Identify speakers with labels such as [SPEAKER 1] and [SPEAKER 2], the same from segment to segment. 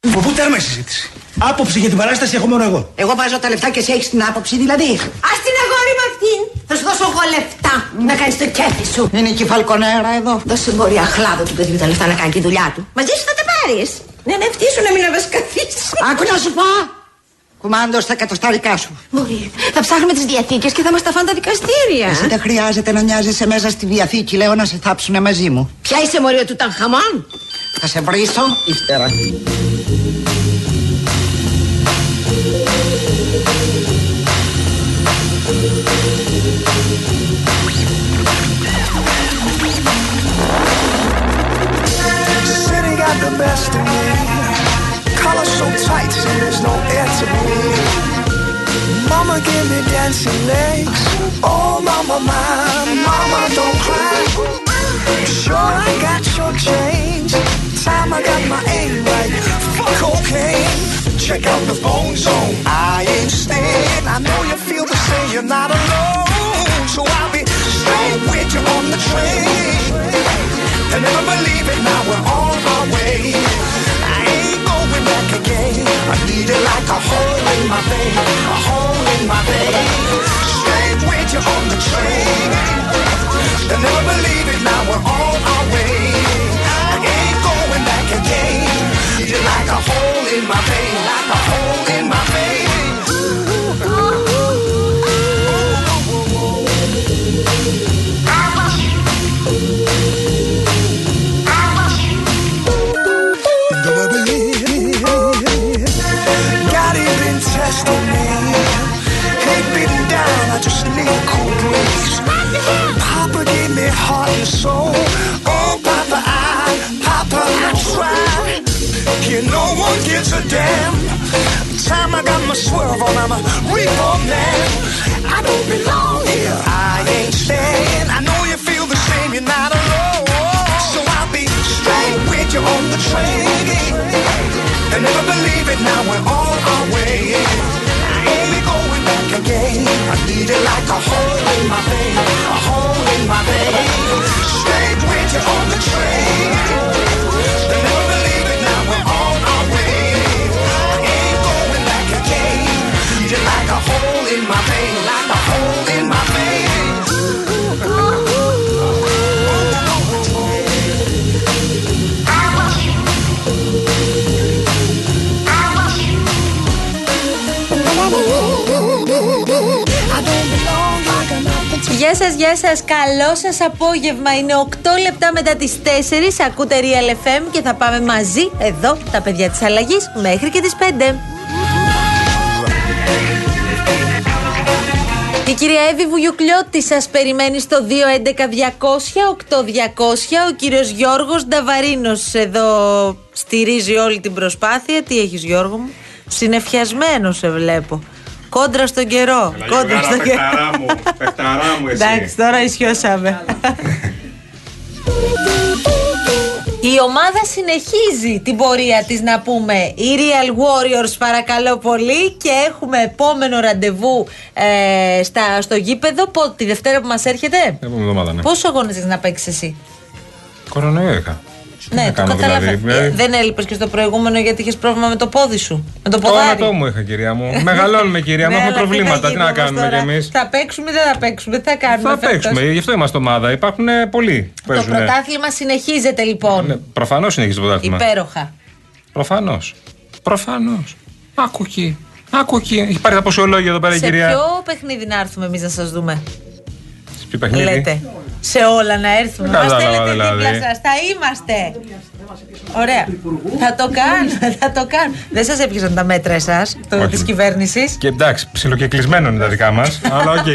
[SPEAKER 1] Από πού τέρμα η συζήτηση. Άποψη για την παράσταση έχω μόνο εγώ.
[SPEAKER 2] Εγώ βάζω τα λεφτά και εσύ έχεις την άποψη, δηλαδή.
[SPEAKER 3] Ας την αγόρι μου αυτήν! Θα σου δώσω εγώ λεφτά να κάνεις το κέφι σου.
[SPEAKER 2] Είναι και η φαλκονέρα εδώ.
[SPEAKER 3] Δώσε μπορεί αχλάδο του παιδιού τα λεφτά να κάνει τη δουλειά του. Μαζί σου θα τα πάρεις. Ναι, ναι, αυτή σου να μην αβασκαθίσει.
[SPEAKER 2] Άκου να σου πω! Κουμάντος στα κατοστάρικά σου.
[SPEAKER 3] Μπορεί. Θα ψάχνουμε τις διαθήκες και θα μας τα φάνε τα δικαστήρια.
[SPEAKER 2] Εσύ Ε, δεν χρειάζεται να νοιάζεσαι μέσα στη διαθήκη, λέω να σε θάψουνε μαζί μου.
[SPEAKER 3] Ποια είσαι μωρία ε, του Τανχαμών.
[SPEAKER 2] Θα σε βρίσω ύστερα.
[SPEAKER 4] City got the best of me. Collar so tight, see there's no air to breathe. Mama give me dancing legs. Oh, mama, mine, mama, don't cry. Sure, I got your change. Time I got my aim right. Fuck cocaine. Check out the bone zone. I ain't staying. I know you feel the same. You're not alone. So I'll be staying with you on the train. I never believe it, now we're on our way. I ain't going back again. I need it like a hole in my vein, a hole in my vein. Straight with you on the train. I never believe it, now we're on our way. I ain't going back again. Need it like a hole in my vein, like a hole in my vein. God, he been testing me. Ain't beating down, I just need cool breeze. Papa gave me heart and soul. Oh, Papa, I, Papa, I tried. Yeah, no one gives a damn. Time I got my swerve on, I'm a reborn man. I don't belong here. I ain't staying. I know you feel the same, you're not alone. So I'll be straight with you on the train. I never believe it, now we're on our way. I ain't going back again. I need it like a hole in my vein, a hole in my vein. Straight with you on the train. I never believe it, now we're on our way. I ain't going back again. Need it like a hole in my vein, like a hole in my vein.
[SPEAKER 5] Γεια σας, γεια σας. Καλό σας απόγευμα. Είναι 8 λεπτά μετά τις 4. Ακούτε Real FM και θα πάμε μαζί εδώ τα παιδιά της αλλαγής μέχρι και τις 5. Η κυρία Εύη Βουγιουκλιώτη σας περιμένει στο 211-200-8200. Ο κύριος Γιώργος Νταβαρίνος εδώ στηρίζει όλη την προσπάθεια. Τι έχεις, Γιώργο μου. Συνεφιασμένο σε βλέπω. Κόντρα στον καιρό.
[SPEAKER 6] Καλά,
[SPEAKER 5] Κόντρα
[SPEAKER 6] Γιωργάρα,
[SPEAKER 5] στον καιρό.
[SPEAKER 6] παιχταρά μου, παιχταρά μου εσύ.
[SPEAKER 5] Εντάξει, τώρα ισιώσαμε. Η ομάδα συνεχίζει την πορεία της να πούμε Η Real Warriors παρακαλώ πολύ Και έχουμε επόμενο ραντεβού ε, στα, στο γήπεδο Πότε, τη Δευτέρα που μας έρχεται
[SPEAKER 6] Επόμενη εβδομάδα, ναι.
[SPEAKER 5] Πόσο αγώνες έχεις να παίξεις εσύ
[SPEAKER 6] Κορονοϊό είχα. Τι
[SPEAKER 5] Ναι,
[SPEAKER 6] να
[SPEAKER 5] το
[SPEAKER 6] κάνω,
[SPEAKER 5] κατάλαβα
[SPEAKER 6] δηλαδή.
[SPEAKER 5] Ε, Δεν έλειπες και στο προηγούμενο γιατί είχες πρόβλημα με το πόδι σου Με το
[SPEAKER 6] Το
[SPEAKER 5] ποδάρι
[SPEAKER 6] άνατό μου είχα, κυρία μου. Μεγαλώνουμε, κυρία μου.
[SPEAKER 5] Ναι,
[SPEAKER 6] Έχουμε
[SPEAKER 5] αλλά τι θα
[SPEAKER 6] προβλήματα. Τι
[SPEAKER 5] γίνει
[SPEAKER 6] να
[SPEAKER 5] όμως
[SPEAKER 6] κάνουμε κι
[SPEAKER 5] τώρα.
[SPEAKER 6] εμείς.
[SPEAKER 5] Θα παίξουμε ή δεν θα παίξουμε, τι θα κάνουμε
[SPEAKER 6] Θα
[SPEAKER 5] φέτος?
[SPEAKER 6] παίξουμε, γι' αυτό είμαστε ομάδα. Υπάρχουν ε, πολλοί που
[SPEAKER 5] Το
[SPEAKER 6] παίζουν.
[SPEAKER 5] πρωτάθλημα συνεχίζεται λοιπόν.
[SPEAKER 6] Ναι, Προφανώς συνεχίζει το πρωτάθλημα.
[SPEAKER 5] Υπέροχα.
[SPEAKER 6] Προφανώς. Προφανώς. Άκου εκεί. Άκου εκεί. Έχει πάρει τα ποσολόγια εδώ πέρα η
[SPEAKER 5] σε
[SPEAKER 6] Ναι, κυρία.
[SPEAKER 5] ποιο παιχνίδι να έρθουμε εμείς να σας δούμε,
[SPEAKER 6] Σε ποιο παιχνίδι.
[SPEAKER 5] λέτε. Σε όλα να έρθουμε.
[SPEAKER 6] Δεν
[SPEAKER 5] Μα
[SPEAKER 6] κατάλαβα,
[SPEAKER 5] θέλετε
[SPEAKER 6] δηλαδή.
[SPEAKER 5] δίπλα σας. Θα είμαστε. Ωραία. Θα το κάνω. Θα το κάνω. Δεν σας έπιασαν τα μέτρα εσάς
[SPEAKER 6] Όχι.
[SPEAKER 5] της κυβέρνησης.
[SPEAKER 6] Και εντάξει, ψιλοκεκλεισμένο είναι τα δικά μας. αλλά οκ.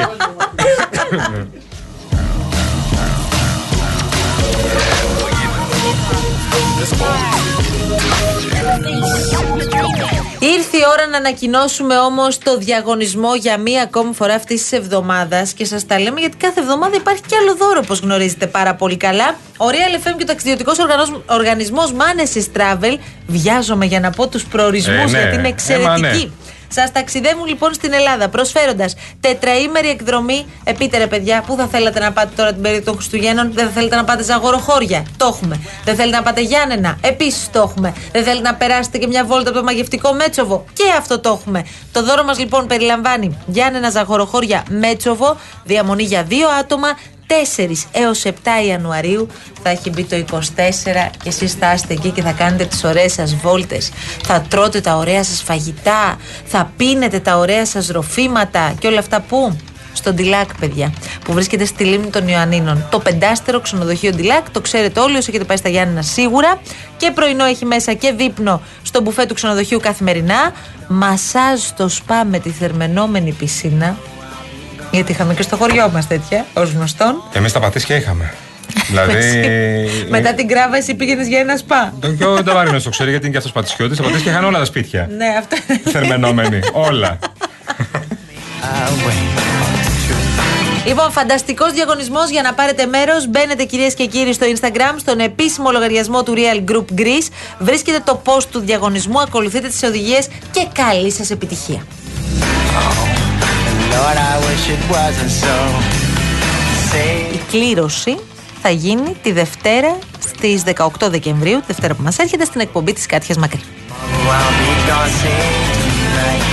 [SPEAKER 5] Ήρθε η ώρα να ανακοινώσουμε όμως το διαγωνισμό για μία ακόμη φορά αυτής της εβδομάδας και σας τα λέμε γιατί κάθε εβδομάδα υπάρχει και άλλο δώρο, όπως γνωρίζετε πάρα πολύ καλά. Ο Real FM και ο ταξιδιωτικός οργανισμός Manesis Travel, βιάζομαι για να πω τους προορισμούς
[SPEAKER 6] Ε, ναι.
[SPEAKER 5] γιατί είναι
[SPEAKER 6] Ε, μα ναι.
[SPEAKER 5] εξαιρετικοί. Σας ταξιδεύουν λοιπόν στην Ελλάδα προσφέροντας τετραήμερη εκδρομή. Επίτε ρε παιδιά, πού θα θέλατε να πάτε τώρα την περίοδο των Χριστουγέννων, δεν θα θέλετε να πάτε Ζαγοροχώρια. Το έχουμε. Δεν θέλετε να πάτε Γιάννενα. Επίσης το έχουμε. Δεν θέλετε να περάσετε και μια βόλτα από το μαγευτικό Μέτσοβο. Και αυτό το έχουμε. Το δώρο μας λοιπόν περιλαμβάνει Γιάννενας Ζαγοροχώρια Μέτσοβο, διαμονή για δύο άτομα, 4 έως 7 Ιανουαρίου θα έχει μπει το 24 και εσείς θα είστε εκεί και θα κάνετε τις ωραίες σας βόλτες θα τρώτε τα ωραία σας φαγητά θα πίνετε τα ωραία σας ροφήματα και όλα αυτά που στον Τιλάκ, παιδιά, που βρίσκεται στη λίμνη των Ιωαννίνων. Το πεντάστερο ξενοδοχείο Τιλάκ, το ξέρετε όλοι όσοι έχετε πάει στα Γιάννενα σίγουρα. Και πρωινό έχει μέσα και δείπνο στο μπουφέ του ξενοδοχείου καθημερινά. Μασάζ στο σπα με τη θερμενόμενη πισίνα. Γιατί είχαμε και στο χωριό μας τέτοια, ως γνωστόν.
[SPEAKER 6] Εμείς τα πατήσια είχαμε. δηλαδή.
[SPEAKER 5] Μετά την κράβα, εσύ πήγαινες για ένα σπα.
[SPEAKER 6] Το πιο δεν το ξέρει γιατί είναι και αυτός πατησιώτης. Τα πατήσια είχαν όλα τα σπίτια.
[SPEAKER 5] ναι, αυτό.
[SPEAKER 6] Θερμενόμενοι. όλα.
[SPEAKER 5] Λοιπόν, φανταστικός διαγωνισμός για να πάρετε μέρος. Μπαίνετε κυρίες και κύριοι στο Instagram, στον επίσημο λογαριασμό του Real Group Greece. Βρίσκετε το post του διαγωνισμού, ακολουθείτε τις οδηγίες και καλή σας επιτυχία.
[SPEAKER 7] Lord, I wish it wasn't so. Say,
[SPEAKER 5] Η κλήρωση θα γίνει τη Δευτέρα στις 18 Δεκεμβρίου, τη Δευτέρα που μας έρχεται, στην εκπομπή της Κάτιας Μακρύ.
[SPEAKER 7] tomorrow I'll be gone. Say tonight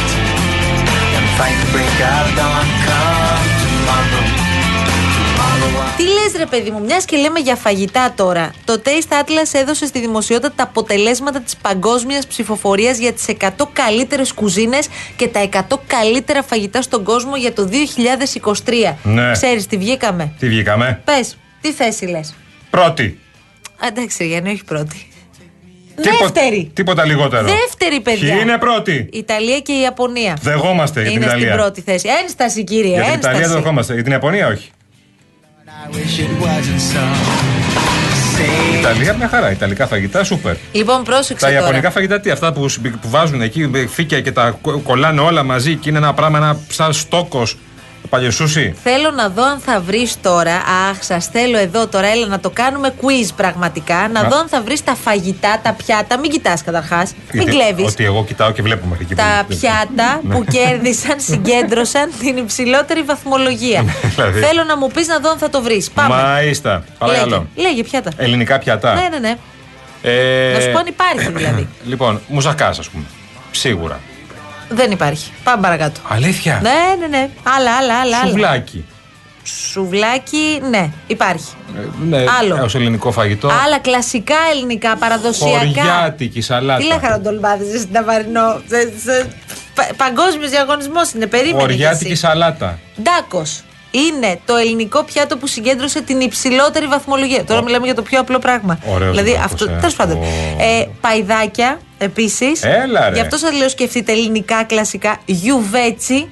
[SPEAKER 7] and fight the break of dawn. Come tomorrow, tomorrow I'll
[SPEAKER 5] Τι λες, ρε παιδί μου, μιας και λέμε για φαγητά τώρα. Το Taste Atlas έδωσε στη δημοσιότητα τα αποτελέσματα της παγκόσμιας ψηφοφορίας για τις 100 καλύτερες κουζίνες και τα 100 καλύτερα φαγητά στον κόσμο για το 2023.
[SPEAKER 6] Ναι.
[SPEAKER 5] Ξέρεις τι βγήκαμε.
[SPEAKER 6] Τι βγήκαμε.
[SPEAKER 5] Πες, τι θέση λες.
[SPEAKER 6] Πρώτη.
[SPEAKER 5] Εντάξει, ρε Γιάννη, όχι πρώτη.
[SPEAKER 6] Τίπο-
[SPEAKER 5] Δεύτερη.
[SPEAKER 6] Τίποτα λιγότερο.
[SPEAKER 5] Δεύτερη, παιδιά.
[SPEAKER 6] Ποιοι είναι πρώτη.
[SPEAKER 5] Η Ιταλία και η Ιαπωνία.
[SPEAKER 6] Δεχόμαστε για την
[SPEAKER 5] Είναι στην
[SPEAKER 6] Ιταλία.
[SPEAKER 5] πρώτη θέση. Ένσταση, κύριε.
[SPEAKER 6] Για την
[SPEAKER 5] ένσταση.
[SPEAKER 6] Ιταλία το δεχόμαστε. Για την Ιαπωνία όχι.
[SPEAKER 7] I wish it wasn't so. Say,
[SPEAKER 6] Ιταλία μια χαρά. Ιταλικά φαγητά, σούπερ.
[SPEAKER 5] Λοιπόν, πρόσεξε
[SPEAKER 6] Τα
[SPEAKER 5] τώρα.
[SPEAKER 6] Ιαπωνικά φαγητά τι, αυτά που, συμπ- που βάζουν εκεί, με φύκια και τα κο- κολλάνε όλα μαζί και είναι ένα πράγμα, ένα σαν στόκος. Παλιοσούσι.
[SPEAKER 5] Θέλω να δω αν θα βρεις τώρα. Αχ, σας θέλω εδώ τώρα. Έλα να το κάνουμε quiz πραγματικά. Να
[SPEAKER 6] Μα-
[SPEAKER 5] δω αν θα βρεις τα φαγητά, τα πιάτα. Μην κοιτάς καταρχάς. Μην
[SPEAKER 6] Γιατί-
[SPEAKER 5] κλέβεις.
[SPEAKER 6] Ε, Ότι εγώ κοιτάω και βλέπω μερικοί
[SPEAKER 5] Τα
[SPEAKER 6] που-
[SPEAKER 5] πιάτα
[SPEAKER 6] Ναι.
[SPEAKER 5] που κέρδισαν συγκέντρωσαν την υψηλότερη βαθμολογία.
[SPEAKER 6] δηλαδή.
[SPEAKER 5] Θέλω να μου πεις να δω αν θα το βρεις. Πάμε.
[SPEAKER 6] Μάλιστα.
[SPEAKER 5] Λέγε,
[SPEAKER 6] Παρακαλώ.
[SPEAKER 5] λέγε πιάτα.
[SPEAKER 6] Ελληνικά πιατά.
[SPEAKER 5] Ναι, ναι, ναι.
[SPEAKER 6] Ε,
[SPEAKER 5] Να σου πω αν υπάρχει δηλαδή.
[SPEAKER 6] Λοιπόν, μουζακάς, ας πούμε. Σίγουρα.
[SPEAKER 5] Δεν υπάρχει. Πάμε παρακάτω.
[SPEAKER 6] Αλήθεια.
[SPEAKER 5] Ναι, ναι, ναι. Άλλα, άλλα, άλλα. άλλα.
[SPEAKER 6] Σουβλάκι.
[SPEAKER 5] Σουβλάκι, ναι, υπάρχει.
[SPEAKER 6] Ε, ναι,
[SPEAKER 5] Άλλο.
[SPEAKER 6] Ως ελληνικό φαγητό.
[SPEAKER 5] Άλλα κλασικά ελληνικά, παραδοσιακά.
[SPEAKER 6] Χωριάτικη σαλάτα.
[SPEAKER 5] Τι λέγα να τον πάθει στην ταβαρινό. Παγκόσμιος διαγωνισμός είναι, περίμενε.
[SPEAKER 6] Χωριάτικη σαλάτα.
[SPEAKER 5] Ντάκος. Είναι το ελληνικό πιάτο που συγκέντρωσε την υψηλότερη βαθμολογία. Τώρα μιλάμε για το πιο απλό πράγμα.
[SPEAKER 6] Ωραίος
[SPEAKER 5] δηλαδή
[SPEAKER 6] ντάκος,
[SPEAKER 5] αυτό.
[SPEAKER 6] ε.
[SPEAKER 5] Τέλος πάντων.
[SPEAKER 6] Ω.
[SPEAKER 5] Ε, παϊδάκια επίσης.
[SPEAKER 6] Έλα, ρε.
[SPEAKER 5] Γι' αυτό σας λέω σκεφτείτε ελληνικά κλασικά. Γιουβέτσι,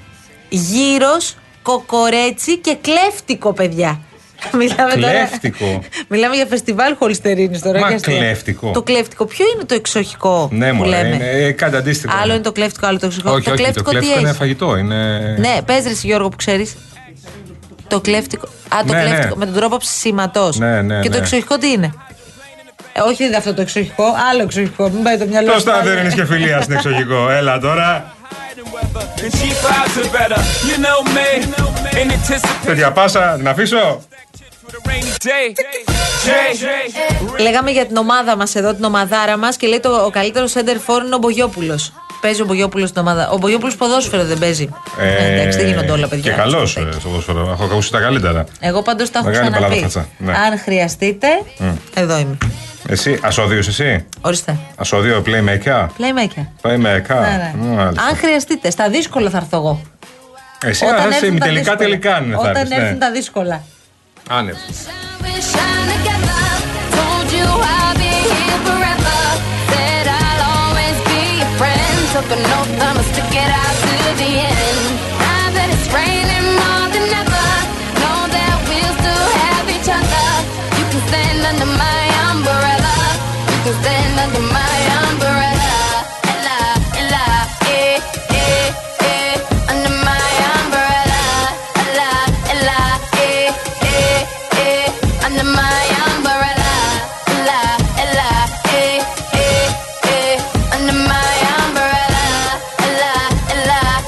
[SPEAKER 5] γύρος, κοκορέτσι και κλέφτικο, παιδιά. Μιλάμε τώρα-
[SPEAKER 6] Κλέφτικο.
[SPEAKER 5] Μιλάμε για φεστιβάλ χολυστερίνης τώρα.
[SPEAKER 6] Μα
[SPEAKER 5] και αστεία.
[SPEAKER 6] κλέφτικο.
[SPEAKER 5] Το κλέφτικο, ποιο είναι το εξοχικό
[SPEAKER 6] Ναι,
[SPEAKER 5] που
[SPEAKER 6] μου
[SPEAKER 5] λέμε.
[SPEAKER 6] είναι. Ε, κάτι αντίστοιχο.
[SPEAKER 5] Άλλο είναι το κλέφτικο, άλλο το εξοχικό.
[SPEAKER 6] Όχι,
[SPEAKER 5] το
[SPEAKER 6] όχι,
[SPEAKER 5] κλέφτικο
[SPEAKER 6] το
[SPEAKER 5] τι
[SPEAKER 6] κλέφτικο
[SPEAKER 5] έχει.
[SPEAKER 6] είναι φαγητό. Είναι...
[SPEAKER 5] Ναι, πες ρε εσύ, Γιώργο που ξέρεις. Το κλέφτικο. Α, το
[SPEAKER 6] Ναι, ναι.
[SPEAKER 5] κλέφτικο. Με τον τρόπο ψησίματο.
[SPEAKER 6] Ναι, ναι,
[SPEAKER 5] Και το
[SPEAKER 6] ναι.
[SPEAKER 5] εξοχικό τι είναι. Ε, όχι, δεν είναι αυτό το εξοχικό. Άλλο εξοχικό. Μην πάει το μυαλό
[SPEAKER 6] Ποιο τα
[SPEAKER 5] πάλι.
[SPEAKER 6] δεν είναι και φιλία στην εξωγικό. Έλα τώρα.
[SPEAKER 8] And she vibes are better, you know me. In anticipation
[SPEAKER 6] Τέτοια πάσα, την αφήσω.
[SPEAKER 8] for the rainy day. Jay,
[SPEAKER 5] Λέγαμε για την ομάδα μας εδώ, την ομαδάρα μας και λέει το, ο καλύτερος center for είναι ο Μπογιόπουλος. Παίζει ο Μπογιόπουλος στην ομάδα. Ο Μπογιόπουλος ποδόσφαιρο δεν παίζει.
[SPEAKER 6] Ε,
[SPEAKER 5] Ε, εντάξει, δεν γίνονται όλα παιδιά. Ε.
[SPEAKER 6] Και καλός στο ποδόσφαιρο. Έχω ακούσει τα καλύτερα.
[SPEAKER 5] Εγώ πάντως τα έχω
[SPEAKER 6] Μεγάλη
[SPEAKER 5] ξαναπεί.
[SPEAKER 6] παλαδόφατσα, ναι.
[SPEAKER 5] Αν χρειαστείτε, εδώ είμαι.
[SPEAKER 6] Εσύ, ασώδιος εσύ.
[SPEAKER 5] Ορίστε.
[SPEAKER 6] Ασώδιο playmaker.
[SPEAKER 5] Playmaker.
[SPEAKER 6] Playmaker.
[SPEAKER 5] Ναι, ναι.
[SPEAKER 6] Μάλιστα.
[SPEAKER 5] Αν χρειαστείτε, στα δύσκολα θα έρθω εγώ.
[SPEAKER 6] Εσύ αν είσαι
[SPEAKER 5] τα
[SPEAKER 6] ημιτελικά
[SPEAKER 5] δύσκολα.
[SPEAKER 6] τελικά είναι θα
[SPEAKER 5] Όταν
[SPEAKER 6] έρθεις,
[SPEAKER 5] έρθουν
[SPEAKER 6] ναι.
[SPEAKER 5] τα δύσκολα.
[SPEAKER 6] Άνευ.
[SPEAKER 9] Under my umbrella, la, la, eh, eh, eh, under my umbrella, la, la, eh, eh, eh, under my umbrella, la, la,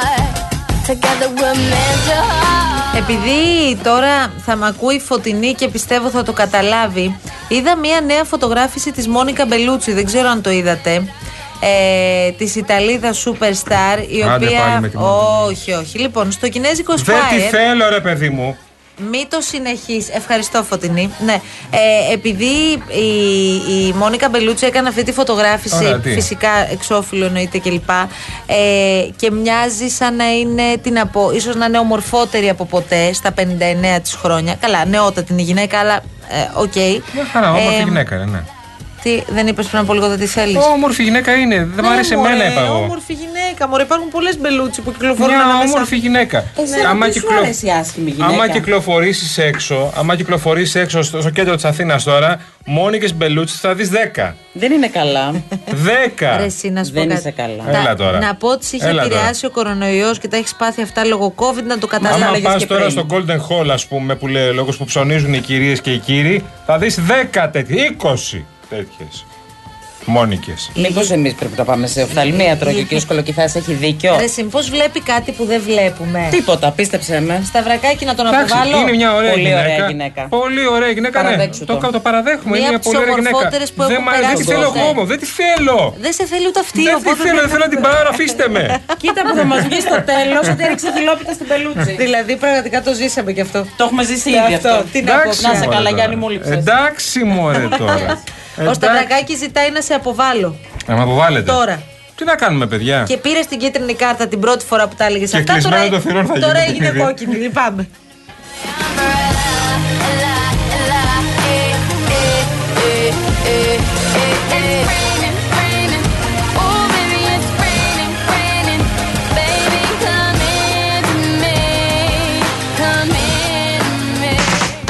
[SPEAKER 9] that we're meant to hold.
[SPEAKER 5] Επειδή τώρα θα με ακούει φωτεινή και πιστεύω θα το καταλάβει, είδα μία νέα φωτογράφηση της Μόνικα Μπελούτσι, δεν ξέρω αν το είδατε. Ε, της Ιταλίδας Superstar η
[SPEAKER 6] Άντε
[SPEAKER 5] οποία...
[SPEAKER 6] πάλι με τη Μόνικα.
[SPEAKER 5] Όχι, όχι. Λοιπόν, στο κινέζικο
[SPEAKER 6] Δεν τη
[SPEAKER 5] Spire...
[SPEAKER 6] θέλω, ρε παιδί μου.
[SPEAKER 5] Μη το συνεχεί. Ευχαριστώ, Φωτεινή. Ναι. Ε, επειδή η, η Μόνικα Μπελούτσι έκανε αυτή τη φωτογράφηση,
[SPEAKER 6] Ωραία, τι.
[SPEAKER 5] φυσικά εξώφυλλο εννοείται κλπ. Ε, και μοιάζει σαν να είναι, τι να πω, ίσως να είναι ομορφότερη από ποτέ στα 59 της χρόνια. Καλά, νεότατη είναι η γυναίκα, αλλά ε, οκ.
[SPEAKER 6] Μια χαρά, όμορφη
[SPEAKER 5] Ε,
[SPEAKER 6] γυναίκα, ρε, ναι.
[SPEAKER 5] Τι, δεν είπες πριν από λίγο δεν τη θέλεις.
[SPEAKER 6] Όμορφη γυναίκα είναι. Δεν μου αρέσει εμένα, είπα εγώ.
[SPEAKER 5] Ναι, Όμορφη γυναίκα. Μωρέ, υπάρχουν πολλές μπελούτσι που κυκλοφορούν
[SPEAKER 6] Μια
[SPEAKER 5] ανάμεσα.
[SPEAKER 6] όμορφη
[SPEAKER 5] Ε,
[SPEAKER 6] γυναίκα.
[SPEAKER 10] Εσένα
[SPEAKER 6] Άμα
[SPEAKER 10] τι σου
[SPEAKER 6] κυκλο-
[SPEAKER 10] αρέσει η άσχημη γυναίκα?
[SPEAKER 6] Άμα κυκλοφορήσεις έξω, άμα κυκλοφορήσεις έξω στο, στο κέντρο της Αθήνας τώρα, Μόνικες Μπελούτσι θα δεις 10.
[SPEAKER 10] Δεν είναι καλά.
[SPEAKER 6] 10!
[SPEAKER 5] Ρε, εσύ, να σου πω
[SPEAKER 10] Δεν
[SPEAKER 5] κάτι.
[SPEAKER 10] είσαι καλά.
[SPEAKER 5] Τα-
[SPEAKER 6] Έλα τώρα.
[SPEAKER 5] Να πω ότι σε είχε
[SPEAKER 6] Έλα τώρα.
[SPEAKER 5] επηρεάσει ο κορονοϊός και τα έχεις πάθει αυτά λόγω COVID να το
[SPEAKER 6] Άμα
[SPEAKER 5] καταλάβει.
[SPEAKER 10] λέγες
[SPEAKER 6] πας
[SPEAKER 10] και
[SPEAKER 6] τώρα
[SPEAKER 10] πριν.
[SPEAKER 6] στο Golden Hall, ας πούμε, που λέει λόγος που ψωνίζουν οι κυρίες και οι κύριοι, θα δεις 10 τέτοιε. 20 τέτοιες. Μόνικες.
[SPEAKER 10] Μήπως εμείς πρέπει να πάμε σε οφθαλμίατρο και ο κύριος Κολοκυθάς έχει δίκιο.
[SPEAKER 5] Ρε, συν, πώς βλέπει κάτι που δεν βλέπουμε.
[SPEAKER 10] Τίποτα, πίστεψε με.
[SPEAKER 5] Σταυρακάκι να τον αποβάλω.
[SPEAKER 6] είναι μια ωραία,
[SPEAKER 10] Πολύ
[SPEAKER 6] γυναίκα.
[SPEAKER 10] ωραία γυναίκα.
[SPEAKER 6] Πολύ ωραία γυναίκα, ναι.
[SPEAKER 10] Παραδέξου
[SPEAKER 6] Το,
[SPEAKER 10] το.
[SPEAKER 6] το παραδέχομαι.
[SPEAKER 5] Μία
[SPEAKER 6] είναι μια
[SPEAKER 5] από τις
[SPEAKER 6] πολύ ωραία γυναίκα.
[SPEAKER 5] ομορφότερες που
[SPEAKER 6] Δεν,
[SPEAKER 5] έχουν
[SPEAKER 6] μ' αρέσει, δεν
[SPEAKER 5] περάσει
[SPEAKER 6] τη
[SPEAKER 5] τον
[SPEAKER 6] θέλω
[SPEAKER 5] κόσμο.
[SPEAKER 6] εγώ, δεν τη θέλω.
[SPEAKER 5] Δεν σε θέλει ούτε αυτή.
[SPEAKER 6] Δεν τη
[SPEAKER 5] οπότε
[SPEAKER 6] θέλω, δεν
[SPEAKER 5] πρέπει
[SPEAKER 6] θέλω να την πάρω, αφήστε με.
[SPEAKER 10] Κοίτα που θα μας βγει στο τέλος ότι έριξε χιλόπιτα στην πελούτση.
[SPEAKER 5] Δηλαδή, πραγματικά το ζήσαμε κι αυτό.
[SPEAKER 10] Το έχουμε ζήσει ήδη
[SPEAKER 5] αυτό,
[SPEAKER 10] αυτό.
[SPEAKER 5] τι να
[SPEAKER 10] Να
[SPEAKER 5] πω.
[SPEAKER 6] Εντάξει, μωρέ,
[SPEAKER 10] σε καλά,
[SPEAKER 6] τώρα.
[SPEAKER 10] Γιάννη μου λείψες.
[SPEAKER 6] Εντάξει, μωρέ τώρα.
[SPEAKER 5] Ο
[SPEAKER 6] Εντάξει.
[SPEAKER 5] Σταυρακάκι ζητάει να σε αποβάλω
[SPEAKER 6] Να με αποβάλλετε.
[SPEAKER 5] τώρα.
[SPEAKER 6] Τι να κάνουμε, παιδιά.
[SPEAKER 5] Και πήρε την κίτρινη κάρτα την πρώτη φορά που τα έλεγες
[SPEAKER 6] Και
[SPEAKER 5] αυτά. Τώρα,
[SPEAKER 6] κλεισμένο το θηρόν θα
[SPEAKER 5] τώρα
[SPEAKER 6] γίνεται
[SPEAKER 5] έγινε
[SPEAKER 6] παιχνίδι.
[SPEAKER 5] κόκκινη. Λυπάμαι.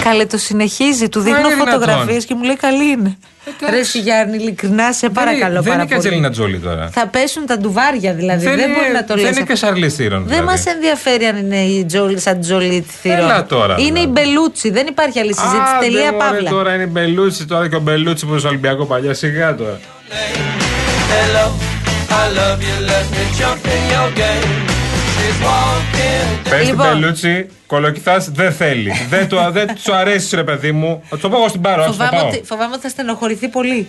[SPEAKER 5] Καλέ, το συνεχίζει. Του δείχνω
[SPEAKER 6] είναι δυνατόν. Ε,
[SPEAKER 5] φωτογραφίες και μου λέει καλή είναι. Ρε εσύ, Γιάννη, ειλικρινά σε παρακαλώ
[SPEAKER 6] Δεν
[SPEAKER 5] πάρα
[SPEAKER 6] είναι και Ατζελίνα
[SPEAKER 5] πολύ.
[SPEAKER 6] Τζόλι τώρα.
[SPEAKER 5] Θα πέσουν τα ντουβάρια δηλαδή. Δεν,
[SPEAKER 6] Δεν
[SPEAKER 5] μπορεί
[SPEAKER 6] είναι-
[SPEAKER 5] να το
[SPEAKER 6] δεν
[SPEAKER 5] λες.
[SPEAKER 6] είναι
[SPEAKER 5] αυτό.
[SPEAKER 6] και δηλαδή. Σαρλί Θήρον.
[SPEAKER 5] Δεν μας ενδιαφέρει αν είναι η Τζόλι σαν Τζόλι τη θηρών.
[SPEAKER 6] Έλα τώρα,
[SPEAKER 5] Είναι
[SPEAKER 6] δηλαδή.
[SPEAKER 5] η Μπελούτσι. Δεν υπάρχει άλλη συζήτηση. Τελεία παύλα.
[SPEAKER 6] Τώρα είναι η Μπελούτσι, τώρα και ο Μπελούτσι που είναι στο Ολυμπιακό παλιά σιγά τώρα.
[SPEAKER 7] Hello, I love you, let me jump in your game. She's walking.
[SPEAKER 6] Πες την
[SPEAKER 5] Λοιπόν.
[SPEAKER 6] Μπελούτσι, κολοκυθάς δεν θέλει. δεν του δεν του αρέσει, ρε παιδί μου. Θα του το πω εγώ στην πάρο, ας το
[SPEAKER 5] Φοβάμαι
[SPEAKER 6] πάω. Mm.
[SPEAKER 5] ότι, φοβάμαι ότι θα στενοχωρηθεί πολύ.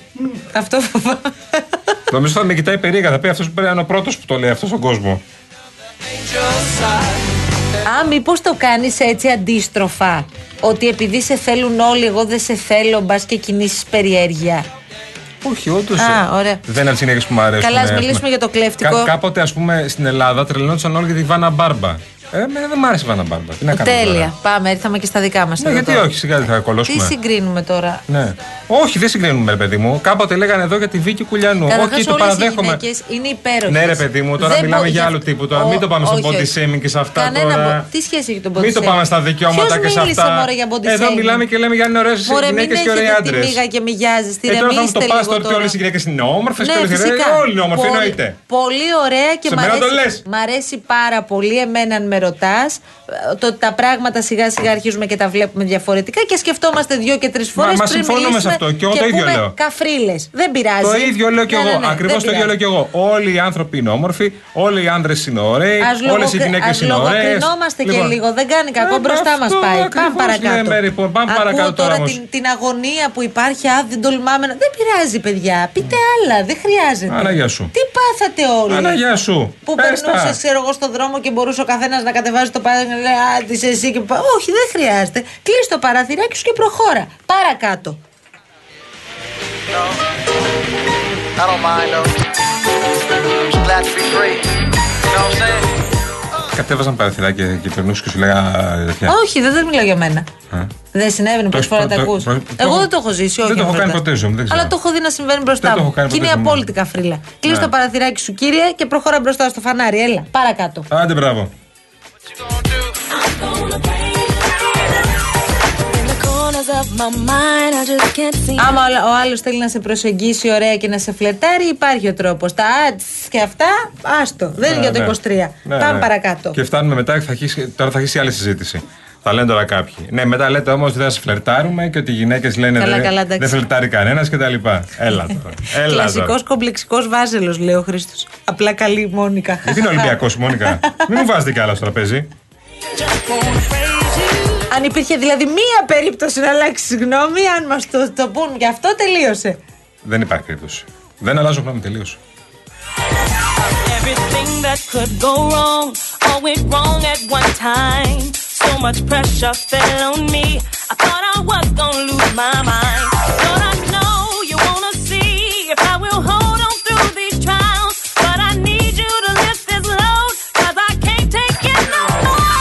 [SPEAKER 5] Αυτό φοβάμαι.
[SPEAKER 6] Νομίζω θα με κοιτάει περίεργα. Θα πει αυτός που πρέπει να είναι ο πρώτος που το λέει αυτός στον κόσμο.
[SPEAKER 5] Α, μήπως το κάνεις έτσι αντίστροφα. Ότι επειδή σε θέλουν όλοι, εγώ δεν σε θέλω, μπας και κινήσεις περιέργεια.
[SPEAKER 6] Όχι, όντως.
[SPEAKER 5] Α, ωραία.
[SPEAKER 6] Δεν είναι από τι γυναίκε που μου αρέσουν.
[SPEAKER 5] Καλά, ας
[SPEAKER 6] ε, ας
[SPEAKER 5] μιλήσουμε
[SPEAKER 6] πούμε.
[SPEAKER 5] για το κλέφτικο.
[SPEAKER 6] κάποτε, ας πούμε, στην Ελλάδα τρελνόντουσαν όλοι για τη Βάνα Μπάρμπα. Ε, εμένα δεν μου άρεσε η Βάνα Μπάρμπα. Τι να κάνω. τώρα.
[SPEAKER 5] Τέλεια. Πάμε, ήρθαμε και στα δικά μας.
[SPEAKER 6] Ναι, γιατί όχι, σιγά δεν θα
[SPEAKER 5] Τι
[SPEAKER 6] κολώσουμε.
[SPEAKER 5] συγκρίνουμε τώρα.
[SPEAKER 6] Ναι. Όχι, δεν συγκρίνουμε, ρε παιδί μου. Κάποτε λέγανε εδώ για τη Βίκη Κουλιανού.
[SPEAKER 5] Καταρχάς,
[SPEAKER 6] όχι, το
[SPEAKER 5] όλες οι
[SPEAKER 6] παραδέχομαι.
[SPEAKER 5] γυναίκες είναι υπέροχες.
[SPEAKER 6] Ναι, ρε παιδί μου, τώρα
[SPEAKER 5] Δεν
[SPEAKER 6] μιλάμε
[SPEAKER 5] μπο-
[SPEAKER 6] για
[SPEAKER 5] γι'
[SPEAKER 6] άλλο
[SPEAKER 5] αυτό-
[SPEAKER 6] τύπο. Τώρα
[SPEAKER 5] Ο-
[SPEAKER 6] μην το πάμε στο
[SPEAKER 5] όχι,
[SPEAKER 6] body
[SPEAKER 5] όχι.
[SPEAKER 6] shaming και σε αυτά.
[SPEAKER 5] Κανένα
[SPEAKER 6] τώρα.
[SPEAKER 5] μπο- Τι σχέση έχει το body
[SPEAKER 6] Μην το
[SPEAKER 5] shaming?
[SPEAKER 6] πάμε στα δικαιώματα
[SPEAKER 5] Ποιος
[SPEAKER 6] και σε
[SPEAKER 5] μίλησε,
[SPEAKER 6] αυτά.
[SPEAKER 5] μωρέ, για body
[SPEAKER 6] Εδώ
[SPEAKER 5] shaming?
[SPEAKER 6] μιλάμε και λέμε για είναι ωραίε
[SPEAKER 5] Μωρέ, μην
[SPEAKER 6] γυναίκες και ωραίοι
[SPEAKER 5] έχετε τη
[SPEAKER 6] άντρες.
[SPEAKER 5] μίγα και μιγιάζεις. Τη
[SPEAKER 6] Ε, τώρα θα μου
[SPEAKER 5] ρεμίστε
[SPEAKER 6] το πα
[SPEAKER 5] λίγο
[SPEAKER 6] τώρα ότι
[SPEAKER 5] τώρα.
[SPEAKER 6] όλες οι γυναίκες είναι όμορφες και
[SPEAKER 5] Ναι,
[SPEAKER 6] όλες οι γυναίκες.
[SPEAKER 5] φυσικά.
[SPEAKER 6] Όλοι είναι όμορφοι,
[SPEAKER 5] Πολύ-
[SPEAKER 6] εννοείται.
[SPEAKER 5] Πολύ ωραία και
[SPEAKER 6] Σε
[SPEAKER 5] μ'
[SPEAKER 6] μένα
[SPEAKER 5] αρέσει,
[SPEAKER 6] το λες.
[SPEAKER 5] μ' αρέσει πάρα πολύ εμένα αν με ρωτάς. Το ότι τα πράγματα σιγά σιγά αρχίζουμε και τα βλέπουμε διαφορετικά και σκεφτόμαστε δύο και τρεις φορές.
[SPEAKER 6] μα συμφωνούμε σε αυτό. Και εγώ το ίδιο λέω.
[SPEAKER 5] Καφρίλες. Δεν πειράζει.
[SPEAKER 6] Το ίδιο λέω και
[SPEAKER 5] Ναι, ναι,
[SPEAKER 6] εγώ.
[SPEAKER 5] ναι,
[SPEAKER 6] Ακριβώ
[SPEAKER 5] δεν
[SPEAKER 6] το ίδιο
[SPEAKER 5] πειράζει.
[SPEAKER 6] λέω και εγώ. Όλοι οι άνθρωποι είναι όμορφοι, όλοι οι άντρες είναι ωραίοι,
[SPEAKER 5] Ας
[SPEAKER 6] όλες οι
[SPEAKER 5] λογοκρι-
[SPEAKER 6] γυναίκες
[SPEAKER 5] ας
[SPEAKER 6] είναι Λοιπόν. Ε, ωραίες.
[SPEAKER 5] λογοκρινόμαστε και λίγο. Δεν κάνει κακό. μπροστά μας πάει. Πάμε παρακάτω.
[SPEAKER 6] Λέμε, λοιπόν, πάμε
[SPEAKER 5] Ακούω
[SPEAKER 6] παρακάτω τώρα
[SPEAKER 5] τώρα
[SPEAKER 6] όμως.
[SPEAKER 5] την, την αγωνία που υπάρχει. Α, δεν τολμάμε να. Δεν πειράζει, παιδιά. Πείτε άλλα. Δεν χρειάζεται.
[SPEAKER 6] Αναγιά σου.
[SPEAKER 5] Τι πάθατε όλοι.
[SPEAKER 6] Αναγιά σου.
[SPEAKER 5] Που
[SPEAKER 6] Πες τα.
[SPEAKER 5] περνούσες, ξέρω εγώ, στον δρόμο και μπορούσε ο καθένας να κατεβάζει το παράθυρο και να λέει Α, της εσύ και πα- Όχι, δεν χρειάζεται. Κλείσει το παραθυράκι σου και προχώρα. Παρακάτω.
[SPEAKER 7] I don't mind though. Just glad to be free. You know what I'm saying?
[SPEAKER 6] Κατέβαζαν παραθυράκια και περνούσε και σου λέγανε. «Α, ε, τέτοια».
[SPEAKER 5] Όχι, δεν, δεν μιλάω για μένα.
[SPEAKER 6] Ε.
[SPEAKER 5] Δεν συνέβαινε
[SPEAKER 6] Ναι. Το
[SPEAKER 5] πρώτη
[SPEAKER 6] έχεις
[SPEAKER 5] φορά να
[SPEAKER 6] προ-
[SPEAKER 5] τα
[SPEAKER 6] το-
[SPEAKER 5] ακούς.
[SPEAKER 6] προ- το
[SPEAKER 5] Εγώ
[SPEAKER 6] έχω-
[SPEAKER 5] δεν το έχω ζήσει, όχι.
[SPEAKER 6] δεν το έχω
[SPEAKER 5] αν
[SPEAKER 6] κάνει
[SPEAKER 5] ρωτάς.
[SPEAKER 6] ποτέ ζωή μου, δεν ξέρω.
[SPEAKER 5] Αλλά το έχω δει να συμβαίνει
[SPEAKER 6] Δεν
[SPEAKER 5] μπροστά
[SPEAKER 6] το
[SPEAKER 5] μου.
[SPEAKER 6] έχω κάνει
[SPEAKER 5] Και είναι
[SPEAKER 6] ποτέ ζωή μου.
[SPEAKER 5] απόλυτη καφρίλα. Κλείσει
[SPEAKER 6] Ναι.
[SPEAKER 5] το παραθυράκι σου, κύριε, και προχώρα μπροστά στο φανάρι. Έλα, παρακάτω.
[SPEAKER 6] Άντε, μπράβο.
[SPEAKER 5] Άμα ο, ο άλλος θέλει να σε προσεγγίσει ωραία και να σε φλερτάρει, υπάρχει ο τρόπος. Τα άτς και αυτά, άστο. Δεν είναι
[SPEAKER 6] Ναι,
[SPEAKER 5] για το
[SPEAKER 6] ναι.
[SPEAKER 5] 23.
[SPEAKER 6] Ναι,
[SPEAKER 5] Πάμε
[SPEAKER 6] ναι.
[SPEAKER 5] παρακάτω.
[SPEAKER 6] Και φτάνουμε μετά, θα αρχίσει- τώρα θα αρχίσει η άλλη συζήτηση. Τα λένε τώρα κάποιοι. Ναι, μετά λέτε όμως ότι θα σα φλερτάρουμε και ότι οι γυναίκες λένε
[SPEAKER 5] Καλά,
[SPEAKER 6] δεν,
[SPEAKER 5] καλά, εντάξει.
[SPEAKER 6] δεν φλερτάρει κανένας κτλ. Έλα τώρα. Έλα τώρα.
[SPEAKER 5] Κλασικός κομπλεξικός βάζελος, λέει ο Χρήστος. Απλά καλή Μόνικα.
[SPEAKER 6] Γιατί είναι Ε, Ολυμπιακό, Μόνικα. Μην μου βάζετε κι άλλα στο τραπέζι.
[SPEAKER 5] Αν υπήρχε δηλαδή μία περίπτωση να αλλάξει γνώμη, αν μας το, το πούν και αυτό, τελείωσε.
[SPEAKER 6] Δεν υπάρχει περίπτωση. Δεν αλλάζω γνώμη τελείω.
[SPEAKER 11] Everything that could go wrong all went wrong at one time. So much pressure fell on me. I thought I was gonna lose my mind. Lord, I know you wanna see if I will hold on through these trials. But I need you to lift this load, cause I can't take it no more.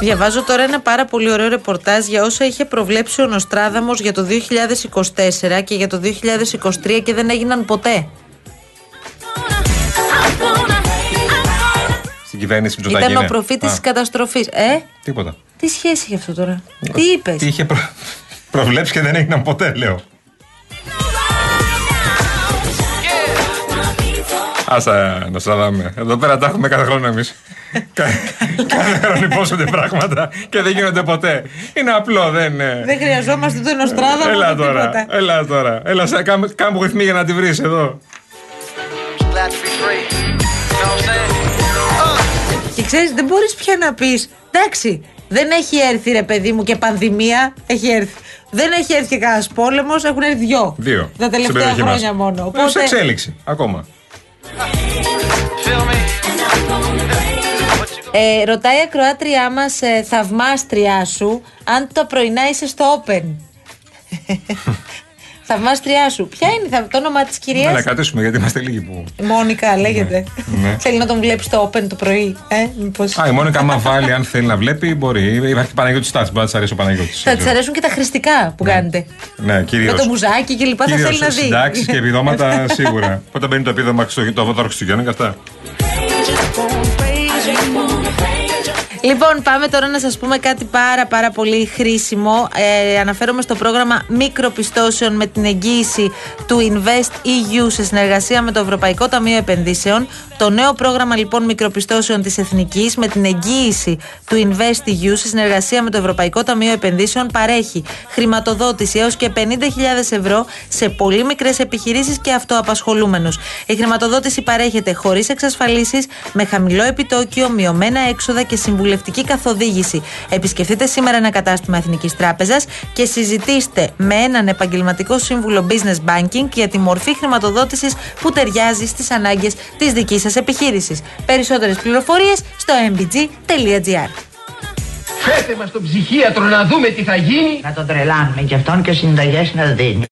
[SPEAKER 5] Διαβάζω τώρα ένα πάρα πολύ ωραίο ρεπορτάζ για όσα είχε προβλέψει ο Νοστράδαμος για το 2024 και για το 2023 και δεν έγιναν ποτέ.
[SPEAKER 6] Στην κυβέρνηση Μητσοτάκη.
[SPEAKER 5] Ήταν ο
[SPEAKER 6] είναι.
[SPEAKER 5] προφήτης
[SPEAKER 6] Α,
[SPEAKER 5] της καταστροφής. Ε,
[SPEAKER 6] Τίποτα.
[SPEAKER 5] τι σχέση έχει αυτό τώρα. Τι είπες.
[SPEAKER 6] Τι είχε προ... προβλέψει και δεν έγιναν ποτέ, λέω.
[SPEAKER 11] oh,
[SPEAKER 6] Άσα να στραβάμε. Εδώ πέρα τα έχουμε κάθε χρόνο εμείς. κάθε χρόνο υπόσχονται πράγματα και δεν γίνονται ποτέ. Είναι απλό, δεν είναι.
[SPEAKER 5] Δεν χρειαζόμαστε τον Νοστράδαμο
[SPEAKER 6] Έλα
[SPEAKER 5] ούτε
[SPEAKER 6] τώρα,
[SPEAKER 5] τίποτα.
[SPEAKER 6] έλα τώρα. Έλα, σε- κάμε, κάμε γουθμή για να τη βρεις εδώ.
[SPEAKER 7] Glad to be free. You know what I'm saying? Uh.
[SPEAKER 5] Και ξέρεις δεν μπορείς πια να πεις Εντάξει δεν έχει έρθει ρε παιδί μου και πανδημία έχει έρθει. Δεν έχει έρθει και κανένας πόλεμος, έχουν έρθει δυο.
[SPEAKER 6] Δύο.
[SPEAKER 5] Τα
[SPEAKER 6] στην
[SPEAKER 5] τελευταία
[SPEAKER 6] περιοχή μας.
[SPEAKER 5] χρόνια μόνο.
[SPEAKER 6] Ε, Σε εξέλιξη ακόμα.
[SPEAKER 7] Feel me?
[SPEAKER 11] oh.
[SPEAKER 5] Ε, ρωτάει η ακροάτριά μας, ε, θαυμάστριά σου, αν τα πρωινά είσαι στο Open. θαυμάστριά σου. Ποια είναι θα, το όνομα της
[SPEAKER 6] Να
[SPEAKER 5] κυρία.
[SPEAKER 6] ανακατήσουμε γιατί είμαστε λίγοι που.
[SPEAKER 5] Μόνικα λέγεται.
[SPEAKER 6] ναι.
[SPEAKER 5] Θέλει να τον βλέπεις στο Open το πρωί. Ε, μήπως...
[SPEAKER 6] Α, η Μόνικα, άμα βάλει, αν θέλει να βλέπει, μπορεί. Υπάρχει Παναγιώτης Στάση, μπορεί να της αρέσει ο Παναγιώτης.
[SPEAKER 5] Θα της αρέσουν και τα χρηστικά που κάνετε.
[SPEAKER 6] Ναι, κυρίως.
[SPEAKER 5] Με το μπουζάκι και λοιπά θα θέλει να δει.
[SPEAKER 6] Συντάξεις και επιδόματα σίγουρα. Όταν μπαίνει το επίδομα στο το αβατάρ Χριστουγέννων και αυτά.
[SPEAKER 5] Λοιπόν, πάμε τώρα να σας πούμε κάτι πάρα πάρα πολύ χρήσιμο. Ε, αναφέρομαι στο πρόγραμμα μικροπιστώσεων με την εγγύηση του Invest EU σε συνεργασία με το Ευρωπαϊκό Ταμείο Επενδύσεων. Το νέο πρόγραμμα λοιπόν μικροπιστώσεων της Εθνικής με την εγγύηση του Invest EU σε συνεργασία με το Ευρωπαϊκό Ταμείο Επενδύσεων παρέχει χρηματοδότηση έως και 50.000 ευρώ σε πολύ μικρές επιχειρήσεις και αυτοαπασχολούμενους. Η χρηματοδότηση παρέχεται χωρίς εξασφαλίσεις, με χαμηλό επιτόκιο, μειωμένα έξοδα και συμβουλευτική καθοδήγηση. Επισκεφτείτε σήμερα ένα κατάστημα Εθνικής Τράπεζας και συζητήστε με έναν επαγγελματικό σύμβουλο Business Banking για τη μορφή χρηματοδότησης που ταιριάζει στις ανάγκες της δικής σας επιχείρησης. Περισσότερες πληροφορίες στο mbg.gr.
[SPEAKER 12] Φέτε μας τον ψυχίατρο να δούμε τι θα γίνει.
[SPEAKER 2] Να τον τρελάνουμε κι αυτόν και συνταγές να δίνει.